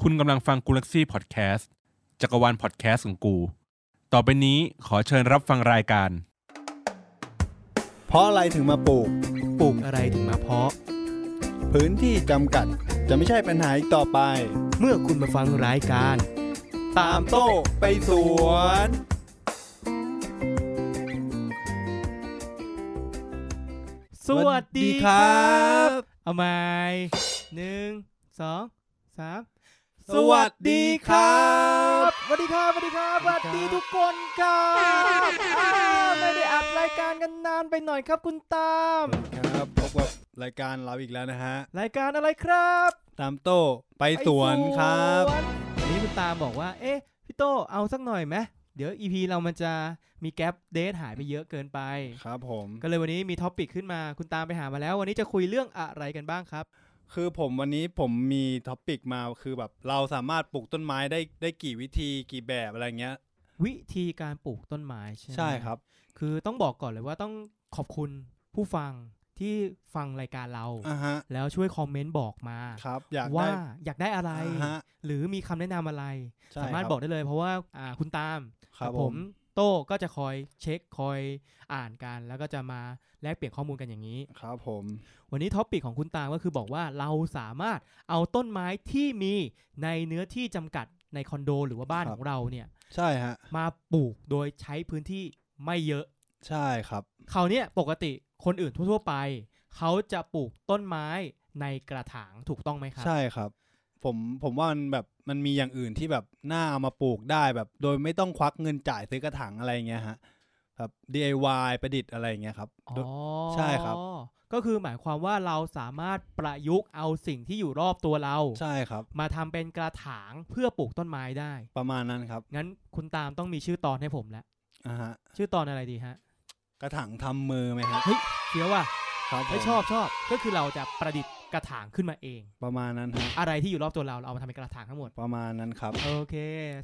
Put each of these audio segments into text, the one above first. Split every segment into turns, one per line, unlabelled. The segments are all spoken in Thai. คุณกำลังฟังกูลักซี่พอดแคสต์จักรวาลพอดแคสต์ของกู ต่อไปนี้ขอเชิญรับฟังรายการ
เพราะอะไรถึงมาปลูก
ปลูกอะไรถึงมาเพาะ
พื้นที่จำกัดจะไม่ใช่ปัญหาอีกต่อไป
เมื่อคุณมาฟังรายการ
ตามโต้ไปสวน
สวัสดีครั
สวัสดีครับ บ
เอาไหมหนึ่งสองสาม
สวัสดีครับ
สวัสดีครับ สวัสดีครับ สวัสดีทุกคนครับอ่าไม่ได้อัดรายการกันนานไปหน่อยครับคุณตาม
ครับพบกับรายการเราอีกแล้วนะฮะ
รายการอะไรครับ
ตามโต้ไปสวนครับ
วันนี้คุณตามบอกว่า เอ๊ะ พี่โตเอาสักหน่อยไหมเดี๋ยว EP เรามันจะมีแกลบเดทหายไปเยอะเกินไป
ครับผม
ก็เลยวันนี้มีท็อปิกขึ้นมาคุณตามไปหามาแล้ว วันนี้จะคุยเรื่องอะไรกันบ้างครับ
คือผมวันนี้ผมมีท็อปิกมาคือแบบเราสามารถปลูกต้นไม้ได้ได้กี่วิธีกี่แบบอะไรเงี้ย
วิธีการปลูกต้นไม้ใช่ไหม
ใช่ครับ
คือต้องบอกก่อนเลยว่าต้องขอบคุณผู้ฟังที่ฟังรายการเรา
อ่ะฮะ
แล้วช่วยคอมเมนต์บอกมา
ครับ อยาก
ว่า
ได้
อยากได้อะไร
อ่าฮะ
หรือมีคำแนะนำอะไร
ใช่
สามารถ
ค
บอกได้เลยเพราะว่าอ่าคุณตาม
ครับ
กับ
ผ
ผม มโต้ก็จะคอยเช็คคอยอ่านกัน แล้วก็จะมาแลกเปลี่ยนข้อมูลกันอย่างนี้
ครับผม
วันนี้ท็อปปิกของคุณตามก็คือบอกว่าเราสามารถเอาต้นไม้ที่มีในเนื้อที่จำกัดในคอนโด หรือว่าบ้าน
ครับ
ของเราเนี่ย
ใช่ฮะ
มาปลูกโดยใช้พื้นที่ไม่เยอะ
ใช่ครับ
เขาวเนี่ยปกติคนอื่นทั่วๆไป เขาจะปลูกต้นไม้ในกระถางถูกต้องไหมครับ
ใช่ครับ ผมผมว่ามันแบบมันมีอย่างอื่นที่แบบน่าเอามาปลูกได้แบบ โดยไม่ต้องควักเงินจ่ายซื้อกระถางอะไรเงี้ยฮะแบบ DIY ประดิษฐ์อะไรเงี้ยครับ
อ๋อ
โดย ใช่ครับ
ก็คือหมายความว่าเราสามารถประยุกต์เอาสิ่งที่อยู่รอบตัวเรา
ใช่ครับ
มาทำเป็นกระถางเพื่อปลูกต้นไม้ได้
ประมาณนั้นครับ
งั้นคุณตามต้องมีชื่อตอนให้ผมแล้ว
อ่าฮะ
ชื่อตอนอะไรดีฮะ
กระถางทำมือไหมฮะ
เดี๋ยวว่า
ครับผม
ไม่ชอบชอบก็คือเราจะประดิษฐ์กระถางขึ้นมาเอง
ประมาณนั้นฮะ
อะไรที่อยู่รอบตัวเราเราเอามาทำเป็นกระถางทั้งหมด
ประมาณนั้นครับ
โอเค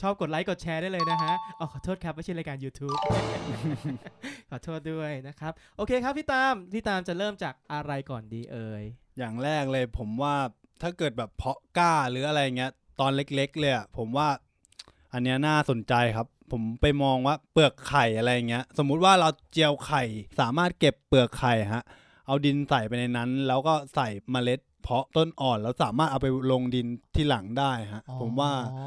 ชอบกดไลค์กดแชร์ได้เลยนะฮะอ๋อขอโทษครับ ไม่ใช่รายการ YouTube ขอโทษด้วยนะครับ โอเคครับพี่ตาม พี่ตามจะเริ่มจากอะไรก่อนดีเอ่ย
อย่างแรกเลยผมว่าถ้าเกิดแบบเพาะกล้าหรืออะไรเงี้ย ตอนเล็กๆเลยอะผมว่า อันเนี้ยน่าสนใจครับ ผมไปมองว่าเปลือกไข่อะไรเงี้ย สมมุติว่าเราเจียวไข่สามารถเก็บเปลือกไข่ฮะ เอาดินใส่ไปในนั้น แล้วก็ใส่เมล็ด เพาะต้นอ่อนแล้วสามารถเอาไปลงดินที่หลังได้ฮะ ผมว่า
อ๋อ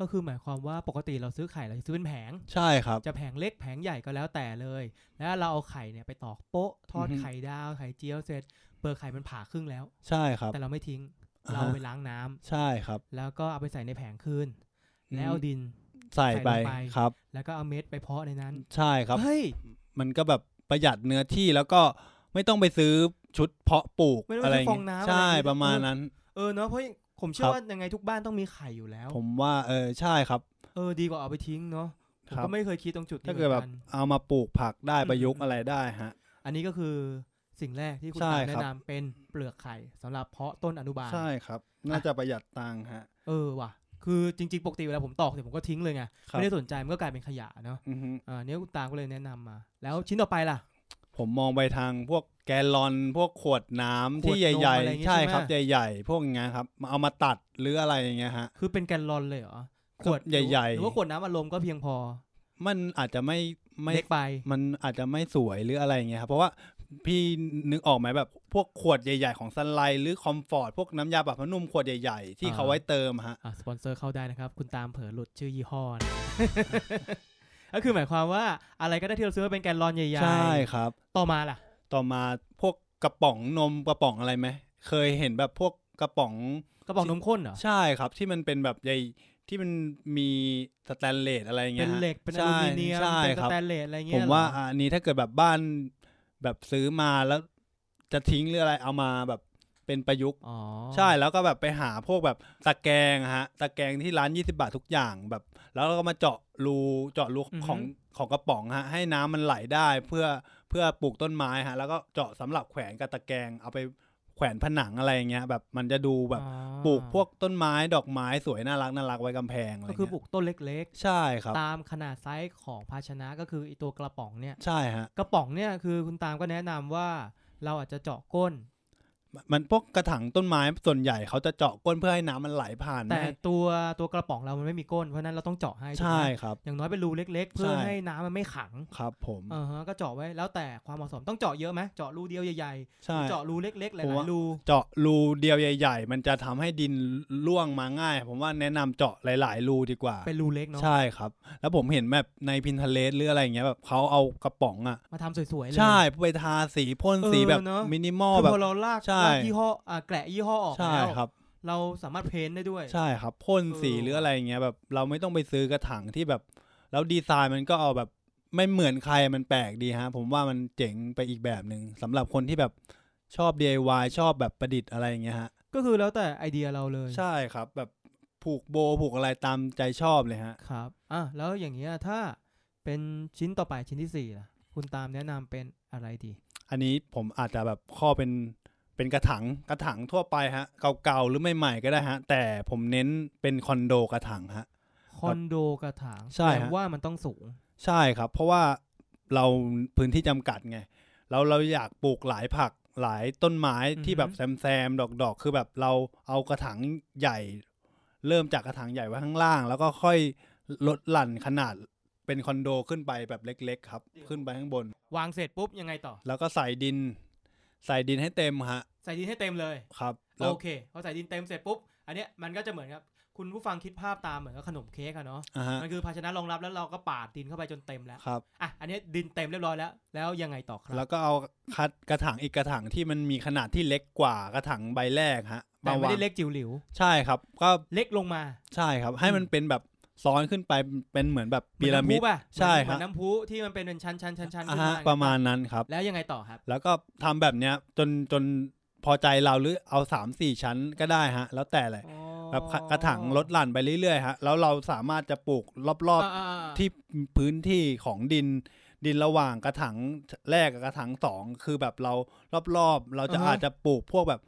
ก็คือหมายความว่าปกติเราซื้อไข่เราจะซื้อเป็นแผง
ใช่ครับ
จะแผงเล็กแผงใหญ่ก็แล้วแต่เลย แล้วเราเอาไข่เนี่ยไปตอกโป๊ะทอด
อือฮึ
ไข่ดาวไข่เจียวเสร็จ เปลือกไข่มันผ่าครึ่งแล้ว
ใช่ครับ
แต่เราไม่ทิ้ง
อ่า
เรา
ฮะ
ไปล้างน้ำ
ใช่ครับ
แล้วก็เอาไปใส่ในแผงคืน แล้วเอา
อืม
ดิน
ใส่ไป
ใส่ลงไป
ครับ
แล้วก็เอาเม็ดไปเพาะในนั้น
ใช่ครับ
เฮ้ย
มันก็แบบประหยัดเนื้อที่แล้วก็ไม่ต้องไปซื้อชุดเพาะปลูก
ไม่ต้อง
อะ
ไป
ไร
ซื้อฟอง
เงี้ย
น้ำ
ใช่
อะไรอย่างงี้
ประมาณนั้น
เออเนาะเพราะผมเชื่
ค
อ
รับ
ว่ายังไงทุกบ้านต้องมีไข่อยู่แล้ว
ผมว่าเออใช่ครับ
เออดีกว่าเอาไปทิ้งเนาะผม
ครับ
ก็ไม่เคยคิดตรงจุดนี้
ถ้า
เหมื
เกิด
อน
แบ
กับ น
เอามาปลูกผักได้
อืม
ประยุกต์อะไรได้ฮะ
อันนี้ก็คือสิ่งแรกที่คุณ
ใช่
ตามแนะครับ นำเป็นเปลือกไข่สำหรับเพาะต้นอนุบาล
ใช่ครับ น่าจะประหยัดตังค์ฮะ
เออว่ะ คือจริงๆ ปกติเวลาผมตอกเนี่ยผมก็ทิ้งเลยไง
ครับ
ไม่ได้สนใจมันก็กลายเป็นขยะเนาะ
อือฮึ
อ่าเนี่ยคุณตามก็เลยแนะนำมา แล้วชิ้นต่อไปล่ะ
ผมมองไปทางพวกแกลลอนพวกขวดน้ำที่ใ
ขวดนม
หญ่
อะไรอย่าง
ๆ
งี้
ใช่
ใช่ไหม
ครับใหญ่ ๆ พวกอย่างเงี้ยครับมาเอามาตัดหรืออะไรอย่างเงี้ยฮะ
คือเป็นแกลลอนเลยเหรอขวด
ใหญ่ๆ
หรือว่าขวดน้ำอารมณ์ก็เพียงพอ
มันอาจจะไม่ไม่
เล็กไป
มันอาจจะไม่สวยหรืออะไรอย่างเงี้ยครับ เพราะว่าพี่นึกออกไหมแบบพวกขวดใหญ่ ๆ ของซันไลท์หรือคอมฟอร์ตพวกน้ำยาปรับผ้านุ่มขวดใหญ่ ๆ ที่
อ่า
เขาไว้เติมฮะ
อ่ะสปอนเซอร์เข้าได้นะครับ คุณตามเผลอหลุดชื่อยี่ห้อนะ ก็คือหมายความว่าอะไรก็ได้ที่เราซื้อมาเป็นแกลลอนใหญ่
ใช่ครับ
ๆ ต่อมาล่ะ
ต่อมาพวกกระป๋องนมกระป๋องอะไรไหมเคยเห็นแบบพวกกระป๋อง
กระป๋องนมข้นเหรอ
ใช่ครับ ที่มันเป็นแบบใหญ่ที่มันมีสแตนเลสอะไรอย่าง
เป็
เงี้ยฮะ
นเหล็กเป็นอ
ใช่
ลูมิเนียม
ใช่
เป็นส
ครับ
แตนเลสอะไร
ผ
เงี้ย
ม
เหรอ
ว่าอันนี้ถ้าเกิดแบบบ้านแบบซื้อมาแล้วจะทิ้งหรืออะไรเอามาแบบเป็นประยุกต์
อ๋อ
ใช่แล้วก็แบบไปหาพวกแบบตะแกรงอะฮะตะแกรงที่ร้าน 20 บาททุกอย่างแบบ แล้วเราก็มาเจาะรูเจาะรูของของกระป๋องฮะให้น้ำมันไหลได้เพื่อเพื่อปลูกต้นไม้ฮะ แล้วก็เจาะสำหรับแขวนกับตะแกรงเอาไปแขวนผนังอะไรอย่างเงี้ยแบบมันจะดูแบบ
อ๋อ
ปลูกพวกต้นไม้ดอกไม้สวยน่ารักน่ารักไว้กำแพงอะไร
ก็คือ
เงี้ย
ปลูกต้นเล็ก
ใช่ครับ
ๆ ตามขนาดไซส์ของภาชนะก็คือไอตัวกระป๋องเนี่ย
ใช่ฮะ
กระป๋องเนี่ยคือคุณตามก็แนะนำว่าเราอาจจะเจาะก้น
มันพวกกระถางต้นไม้ส่วนใหญ่เขาจะเจาะก้นเพื่อให้น้ำมันไหลผ่าน
แต่
ไม่
ตัวตัวกระป๋องเรามันไม่มีก้นเพราะฉะนั้นเราต้องเจาะให้ถูก
ใช่
ไหม
ครับ
อย่างน้อยเป็นรูเล็ก ๆ เพื่อ
ใช่
ให้น้ำมันไม่ขัง
ครับผม
เออฮะก็เจาะไว้แล้วแต่ความเหมาะสมต้องเจาะเยอะไหมเจาะรูเดียวใหญ่
ใช่
ๆเจาะรูเล็กๆหลา
ผม
ย
ว่า
ๆรู
เจาะรูเดียวใหญ่ ๆ มันจะทำให้ดินร่วงมาง่าย ผมว่าแนะนำเจาะหลาย ๆ รูดีกว่า
เป็นรูเล็กเนาะ
ใช่ครับ แล้วผมเห็นแบบในพินเทเลสหรืออะไรอย่างเงี้ยแบบเขาเอากระป๋องอ่ะ
มาทำสวยๆเลย
ใช่ไปทาสีพ่นสี
เออ
แบบ
เนอะ
มินิมอล
คือ
แบบ
พอเราลาก
ใช่
ลากยี่ห้ออ่าแกะยี่ห้อออก
ใช่
แล้ว
ครับ
เราสามารถเพ้นท์ได้ด้วย
ใช่ครับพ่นสี
เออ
หรืออะไรอย่างเงี้ยแบบเราไม่ต้องไปซื้อกระถางที่แบบ แล้วดีไซน์มันก็เอาแบบไม่เหมือนใครมันแปลกดีฮะ ผมว่ามันเจ๋งไปอีกแบบหนึ่งสำหรับคนที่แบบชอบ DIY ชอบแบบประดิษฐ์อะไรอย่างเงี้ยฮะ
ก็คือแล้วแต่ไอเดียเราเลย
ใช่ครับแบบผูกโบผูกอะไรตามใจชอบเลยฮะ
ครับอ่ะแล้วอย่างเงี้ยถ้าเป็นชิ้นต่อไปชิ้นที่สี่ล่ะคุณตามแนะนำเป็นอะไรดี
อันนี้ผมอาจจะแบบข้อเป็นเป็นกระถางกระถางทั่วไปฮะ เก่าๆหรือใหม่ๆก็ได้ฮะ แต่ผมเน้นเป็นคอนโดกระถางฮะ
คอนโดกระถาง
ใช่ฮะ
แปลว่ามันต้องสูง
ใช่ครับ เพราะว่าเราพื้นที่จำกัดไงเราเราอยากปลูกหลายผักหลายต้นไม้
อือฮึ
ที่แบบแซมแซมๆดอกๆ คือแบบเราเอากระถางใหญ่ เริ่มจากกระถางใหญ่ไว้ข้างล่าง แล้วก็ค่อยลดหลั่นขนาดเป็นคอนโดขึ้นไปแบบเล็ก ๆ ครับ ขึ้นไปข้างบน
วางเสร็จปุ๊บยังไงต่อ
แล้วก็ใส่ดิน ใส่ดินให้เต็มฮะ
ใส่ดินให้เต็มเลย
ครับแล้ว
โอเคพอใส่ดินเต็มเสร็จปุ๊บอันเนี้ยมันก็จะเหมือนครับ คุณผู้ฟังคิดภาพตามเหมือนกับขนมเค้กอะเนาะ
อ่าฮะ
มันคือภาชนะรองรับแล้วเราก็ปาดดินเข้าไปจนเต็มแล้ว
ครับ
อ่ะอันเนี้ยดินเต็มเรียบร้อยแล้ว แล้วยังไงต่อครั
แล้
บ
วก็เอาคัดกระถางอีกกระถางที่มันมีขนาดที่เล็กกว่ากระถางใบแรกฮะ
แต่ไม่
วาง
ได้เล็กจิ๋วหลิว
ใช่ครับ ก็
เล็กลงมา
ใช่ครับ ให้มัน
อืม
เป็นแบบซ้อนขึ้นไปเป็นเหมือนแบบพีระมิด
เหอนน้ำพุป่ะ
ใช่
เหมื
ค
อน
รับ
น้ำพุที่มันเป็นเป็นชั้นชั้นชั้นชั้น
อ่า
ขึ้น
ฮะ
มา
ประมาณนั้นครับ
แล้วยังไงต่อครับ
แล้วก็ทำแบบเนี้ยจนจนพอใจเราหรือเอาสามสี่ชั้นก็ได้ฮะ แล้วแต่เลยแบบกระถางลดหลั่นไปเรื่อยๆฮะแล้วเราสามารถจะปลูกรอบๆ
อ่าๆๆ
ที่พื้นที่ของดินดินระหว่างกระถางแรกกับกระถางสองคือแบบเรารอบๆ เราจะอาจจะปลูกพวกแบบ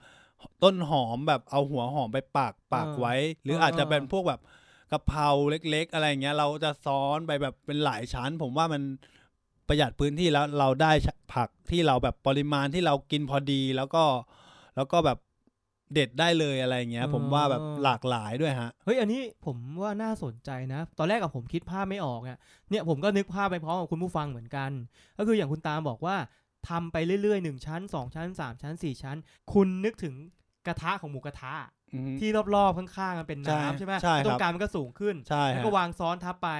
ต้นหอมแบบเอาหัวหอมไปปากปากไว้ หรืออาจจะเป็นพวกแบบกะเพราเล็ก ๆ อะไรเงี้ย เราจะซ้อนไปแบบเป็นหลายชั้น ผมว่ามันประหยัดพื้นที่แล้วเราได้ผักที่เราแบบปริมาณที่เรากินพอดีแล้วก็ แล้วก็แบบเด็ดได้เลยอะไรเงี้ย ผมว่าแบบหลากหลายด้วยฮะ
เฮ้ยอันนี้ผมว่าน่าสนใจนะ ตอนแรกกับผมคิดภาพไม่ออกอะเนี่ยผมก็นึกภาพไปพร้อมกับคุณผู้ฟังเหมือนกัน ก็คืออย่างคุณตามบอกว่าทำไปเรื่อยๆหนึ่งชั้นสองชั้นสามชั้นสี่ชั้น คุณนึกถึงกระทะของหมูกระทะ ที่รอบๆข้างๆมันเป็นน้ำ
ใช่
ใช่ไหม
ใช่ครับ
ตรงกลางมันก็สูงขึ้น
ใช่
แล้ว
ฮะ
ก็วางซ้อนทับไป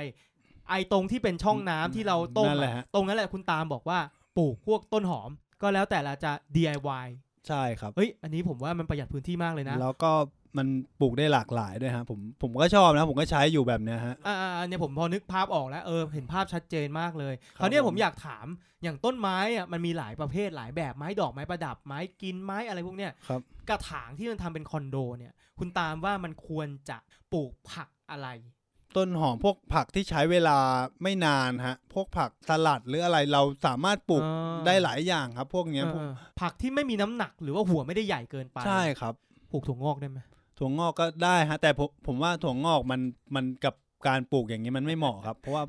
ไอ้ตรงที่เป็นช่องน้ำที่เราต้ม
นั่นแหละ
อะ
ฮะ
ตรงนั้นแหละคุณตามบอกว่าปลูกพวกต้นหอม ก็แล้วแต่เราจะ DIY
ใช่ครับ
เฮ้ย อันนี้ผมว่ามันประหยัดพื้นที่มากเลยนะ
แล้วก็มันปลูกได้หลากหลายด้วยฮะผมผมก็ชอบนะ ผมก็ใช้อยู่แบบเนี้ยฮะ
อ่าๆๆเนี่ยผมพอนึกภาพออกแล้วเออเห็นภาพชัดเจนมากเลย
ครับ
คราวเนี้ย
ผ
ผม มอยากถามอย่างต้นไม้อ่ะมันมีหลายประเภทหลายแบบไม้ดอกไม้ประดับไม้กินไม้อะไรพวกเนี้ย
ครับ
กระถางที่มันทำเป็นคอนโดเนี่ย คุณตามว่ามันควรจะปลูกผักอะไร
ต้นหอมพวกผักที่ใช้เวลาไม่นานฮะ พวกผักสลัดหรืออะไรเราสามารถปลูก
อ่า
ได้หลายอย่างครับ พวกเนี้ยพวก
เออๆผักที่ไม่มีน้ำหนักหรือว่าหัวไม่ได้ใหญ่เกินไป
ใช่ครับ
ปลูกถั่วงอกได้ไหม
ถั่วงอกก็ได้ฮะ แต่ผมผมว่าถั่วงอกมันมันกับการปลูกอย่างนี้มันไม่เหมาะครับ เพราะว่า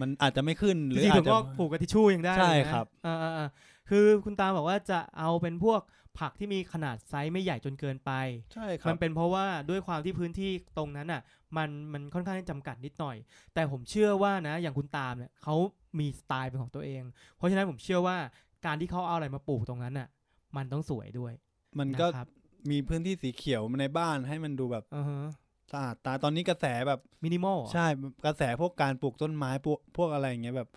มันอาจจะไม่ขึ้นห
จ
รือ
ริง
อา
ๆ
จ
ถั่ว
จะ
งอกผูกกับทิชชู่ยังได้
ใช่
เลยนะครับ อ่าอ่าๆคือคุณตาบอกว่าจะเอาเป็นพวกผักที่มีขนาดไซส์ไม่ใหญ่จนเกินไป
ใช่ครั
มั
บ
นเป็นเพราะว่าด้วยความที่พื้นที่ตรงนั้นอ่ะ มันมันค่อนข้างจำกัดนิดหน่อย แต่ผมเชื่อว่านะ อย่างคุณตามเนี่ยเขามีสไตล์เป็นของตัวเอง เพราะฉะนั้นผมเชื่อว่าการที่เขาเอาอะไรมาปลูกตรงนั้นอ่ะ มันต้องสวยด้วย
มันก็
นะครับ
มีพื้นที่สีเขียวในบ้านให้มันดูแบบ
อือฮะ
สะอาดตาตอนนี้กระแสแบบ
มินิมอล
ใช่กระแสพวกการปลูกต้นไม้พวกพวกอะไรอย่างเงี้ยแบบ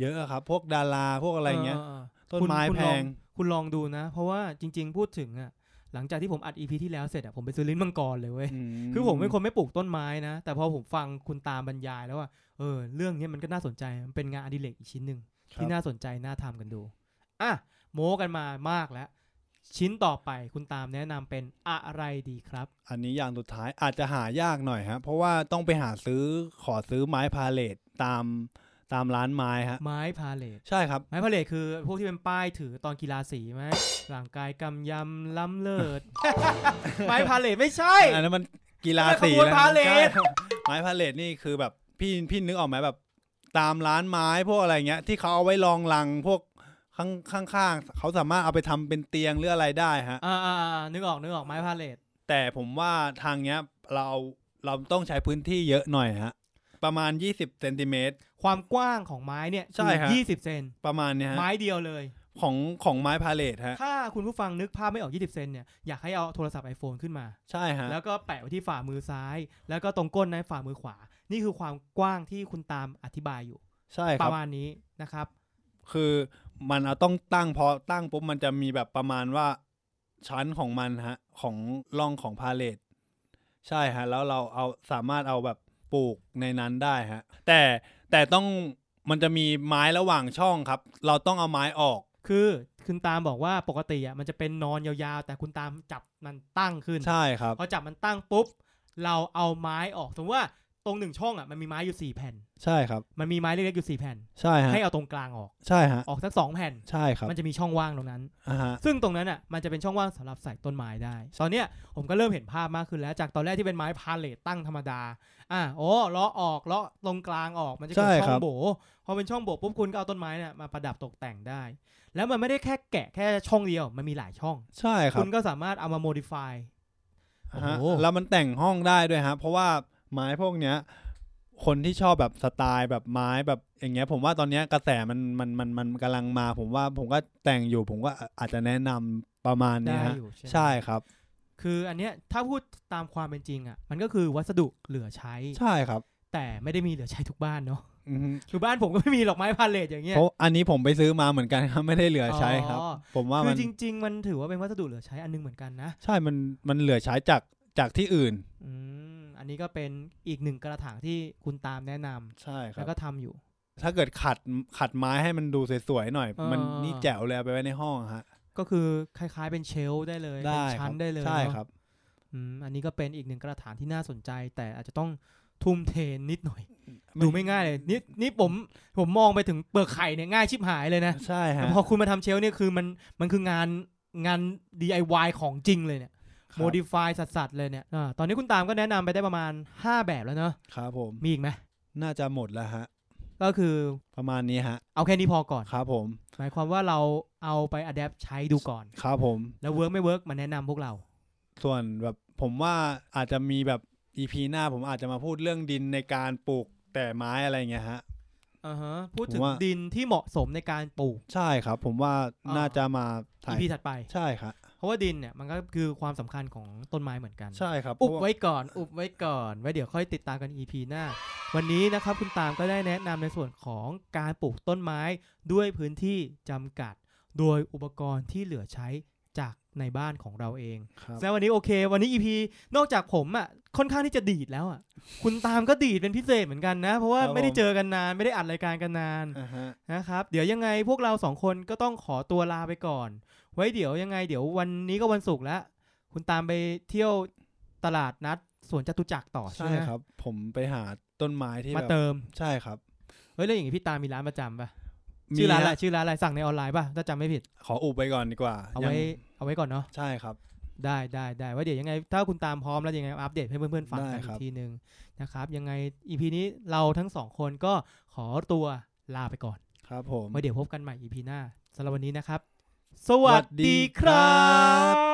เยอะอะครับ พวกดาราพวกอะไรอย่างเงี้ย ต้นไม้
คุณ
แพ
ลอง คุณลองดูนะ เพราะว่าจริง ๆ พูดถึงอ่ะหลังจากที่ผมอัดอีพีที่แล้วเสร็จอ่ะผมไปซื้อลิ้นมังกรเลยเว้ย คือผมเป็นคนไม่ปลูกต้นไม้นะ แต่พอผมฟังคุณตามบรรยายแล้วว่าเออเรื่องเนี้ยมันก็น่าสนใจมันเป็นงานอดิเรกอีกชิ้นหนึ่ง
ครับ
ที่น่าสนใจน่าทำกันดูอ่ะโม้กันมามากแล้ว ชิ้นต่อไปคุณตามแนะนำเป็นอะไรดีครับ
อันนี้อย่างสุดท้ายอาจจะหายากหน่อยฮะ เพราะว่าต้องไปหาซื้อขอซื้อไม้พาเลทตามตามร้านไม้ฮะ
ไม้พาเลท
ใช่ครับ
ไม้พาเลทคือ พวกที่เป็นป้ายถือตอนกีฬาสีไหมร่างกายกำยำล้ำเลิศ ไม้พาเลทไม่ใช่
อันนั้นมันกีฬา
ข
สี
บวน
แล้ว
พาเลท
ใช่ไม้พาเลทนี่คือแบบพี่พี่นึกออกไหมแบบ ตามร้านไม้พวกอะไรเงี้ย ที่เขาเอาไว้รองรังพวก ข้างข้างข้างๆเขาสามารถเอาไปทำเป็นเตียงหรืออะไรได้ฮะ
อ่าอ่าอ่านึกออกนึกออกไม้พาเลท
แต่ผมว่าทางเนี้ยเราเราต้องใช้พื้นที่เยอะหน่อยฮะ ประมาณ 20เซนติเมตร
ความกว้างของไม้เนี่ย
ใช่ฮะ
ยี่สิบเซน
ประมาณเนี้ยฮะ
ไม้เดียวเลย
ของของไม้พาเลทฮะ
ถ้าคุณผู้ฟังนึกภาพไม่ออก 20 เซนเนี่ย อยากให้เอาโทรศัพท์ iPhone ขึ้นมา
ใช่ฮะ
แล้วก็แปะไว้ที่ฝ่ามือซ้าย แล้วก็ตรงก้นในฝ่ามือขวา นี่คือความกว้างที่คุณตามอธิบายอยู่
ใช่ค
ป
รับ
ระมาณนี้นะครับ
คือมันเอาต้องตั้งพอตั้งปุ๊บมันจะมีแบบประมาณว่าชั้นของมันฮะ ของร่องของพาเลทใช่ฮะ แล้วเราเอาสามารถเอาแบบปลูกในนั้นได้ฮะ แต่แต่ต้องมันจะมีไม้ระหว่างช่องครับ เราต้องเอาไม้ออก
คือคุณตามบอกว่าปกติอ่ะมันจะเป็นนอนยาวๆ แต่คุณตามจับมันตั้งขึ้น
ใช่ครับ
พอจับมันตั้งปุ๊บ เราเอาไม้ออก สมมติว่าตรงหนึ่งช่องอ่ะมันมีไม้อยู่สี่แผ่น
ใช่ครับ
มันมีไม้เล็กๆอยู่สี่แผ่น
ใช่ฮะ
ให้เอาตรงกลางออก
ใช่ฮะ
ออกสักสองแผ่น
ใช่ครับ
มันจะมีช่องว่างตรงนั้น
อ่าฮะ
ซึ่งตรงนั้นอ่ะมันจะเป็นช่องว่างสำหรับใส่ต้นไม้ได้ ตอนเนี้ยผมก็เริ่มเห็นภาพมากขึ้นแล้ว จากตอนแรกที่เป็นไม้พาเลตตั้งธรรมดา อ่ะโอ้เลาะออกเลาะตรงกลางออกมันจะเกิด
ใช่ค
ช่อ
รั
ง
บ
โบพอเป็นช่องโบปุ๊บคุณก็เอาต้นไม้เนี่ยมาประดับตกแต่งได้ แล้วมันไม่ได้แค่แกะแค่ช่องเดียวมันมีหลายช่อง
ใช่ครับ
คุณก็สามารถเอามา modify โอ้
ฮะ
โห
แล้วมันแต่งห้องได้ด้วยฮะ เพราะว่าไม้พวกเนี้ย คนที่ชอบแบบสไตล์แบบไม้แบบอย่างเงี้ย ผมว่าตอนเนี้ยกระแสมันมันมันมันกำลังมา ผมว่าผมก็แต่งอยู่ ผมก็อาจจะแนะนำประมาณเนี้
ได้
ยฮะ
อยู่ใช่ไหม
ใช่ครับ
คืออันเนี้ยถ้าพูดตามความเป็นจริงอ่ะมันก็คือวัสดุเหลือใช้
ใช่ครับ
แต่ไม่ได้มีเหลือใช้ทุกบ้านเนาะ
อือฮึ
คือบ้านผมก็ไม่มีหรอกไม้พาเลตอย่างเงี้ย
เพราะอันนี้ผมไปซื้อมาเหมือนกันครับ ไม่ได้เหลือใช้ครับ
อ๋อ
ผมว่า
คื
มั
อน จริง ๆ มันถือว่าเป็นวัสดุเหลือใช้อันหนึงเหมือนกันนะ
ใช่มันมันเหลือใช้จากจากที่อื่น
อืม อันนี้ก็เป็นอีกหนึ่งกระถางที่คุณตามแนะนำ
ใช่ครั
แล้
บ
วก็ทำอยู่
ถ้าเกิดขัดขัดไม้ให้มันดูสวยๆหน่อย
เออ
มันนี่แจ๋วเลยเอาไปไว้ในห้องฮะ
ก็คือคล้ายๆเป็นเชลฟ์ได้เลย
ได้
เป็น
ค
ชั้
รั
น
บ
ได้เลย
ใช่
เนอะ
ครับ
อืมอันนี้ก็เป็นอีกหนึ่งกระถางที่น่าสนใจ แต่อาจจะต้องทุ่มเทนิดหน่อย ดูไม่ง่ายเลยนี่นี่ผมผมมองไปถึงเปลือกไข่เนี่ยง่ายชิบหายเลยนะ
ใช่ฮะ
แต่พอคุณมาทำเชลฟ์เนี่ยคือมันมันคืองานงาน DIY ของจริงเลยเนี่ย
ครับ
modify สัสๆเลยเนี่ยอ่าตอนนี้คุณตามก็แนะนำไปได้ประมาณ 5 แบบแล้วเนอะ
ครับผม
มีอีกไหม
น่าจะหมดแล้วฮะ
ก็คือ
ประมาณนี้ฮะ
เอาแค่นี้พอก่อน
ครับผม
หมายความว่าเราเอาไปอัดแอปใช้ดูก่อน
ครับผม
แล้วเวิร์กไม่เวิร์กมาแนะนำพวกเรา
ส่วนแบบผมว่าอาจจะมีแบบ EP หน้าผมอาจจะมาพูดเรื่องดินในการปลูกแต่ไม้อะไรเงี้ยฮะ
อ่าฮะ พูดถึง
ผมว่า
ดินที่เหมาะสมในการปลูก
ใช่ครับ ผมว่า
อ่า
น่าจะมาถ่าย
EP ถัดไป
ใช่ครับ
เพราะว่าดินเนี่ยมันก็คือความสำคัญของต้นไม้เหมือนกัน
ใช่ครับ
อุบ
เพราะว่า
ไว้ก่อน อุบไว้ก่อน ไว้เดี๋ยวค่อยติดตามกัน EP หน้า วันนี้นะครับคุณตามก็ได้แนะนำในส่วนของการปลูกต้นไม้ด้วยพื้นที่จำกัด โดยอุปกรณ์ที่เหลือใช้จากในบ้านของเราเอง
ครับ
แซววันนี้โอเค วันนี้ EP นอกจากผมอ่ะค่อนข้างที่จะดีดแล้วอ่ะ คุณตามก็ดีดเป็นพิเศษเหมือนกันนะ เพราะว่า
ครับผม
ไม่ได้เจอกันนาน ไม่ได้อัดรายการกันนาน
อ่าฮะ
นะครับ เดี๋ยวยังไงพวกเราสองคนก็ต้องขอตัวลาไปก่อน ไว้เดี๋ยวยังไง เดี๋ยววันนี้ก็วันศุกร์แล้ว คุณตามไปเที่ยวตลาดนัดสวนจตุจักรต่อใช่
ใช่
ไหม
ครับ ผมไปหาต้นไม้ที่
มา
แบบ
เติม
ใช่ครับ
เฮ้ยแล้วอย่างงี้พี่ตามมีร้านประจำปะชื่อร้านอะไร
ฮะ
ชื่อร้านอะไรสั่งในออนไลน์ปะถ้าจำไม่ผิด
ขออุบไปก่อนดีกว่า
เอา
ยัง
ไว้เอาไว้ก่อนเนาะ
ใช่ครับ
ได้ได้ได้ไว่าเดี๋ยวยังไง ถ้าคุณตามพร้อมแล้วยังไงอัปเดตให้เพื่อนๆฟัง
ได้
กันอี
ครั
ก
บ
ทีหนึ่งนะครับยังไงอีพีนี้เราทั้งสองคนก็ขอตัวลาไปก่อน
ครับผม
ไว้เดี๋ยวพบกันใหม่อีพีหน้าสำหรับวันนี้นะครับ ส
วั
วัส
สดี
ดีค
ค
ร
รั
ับ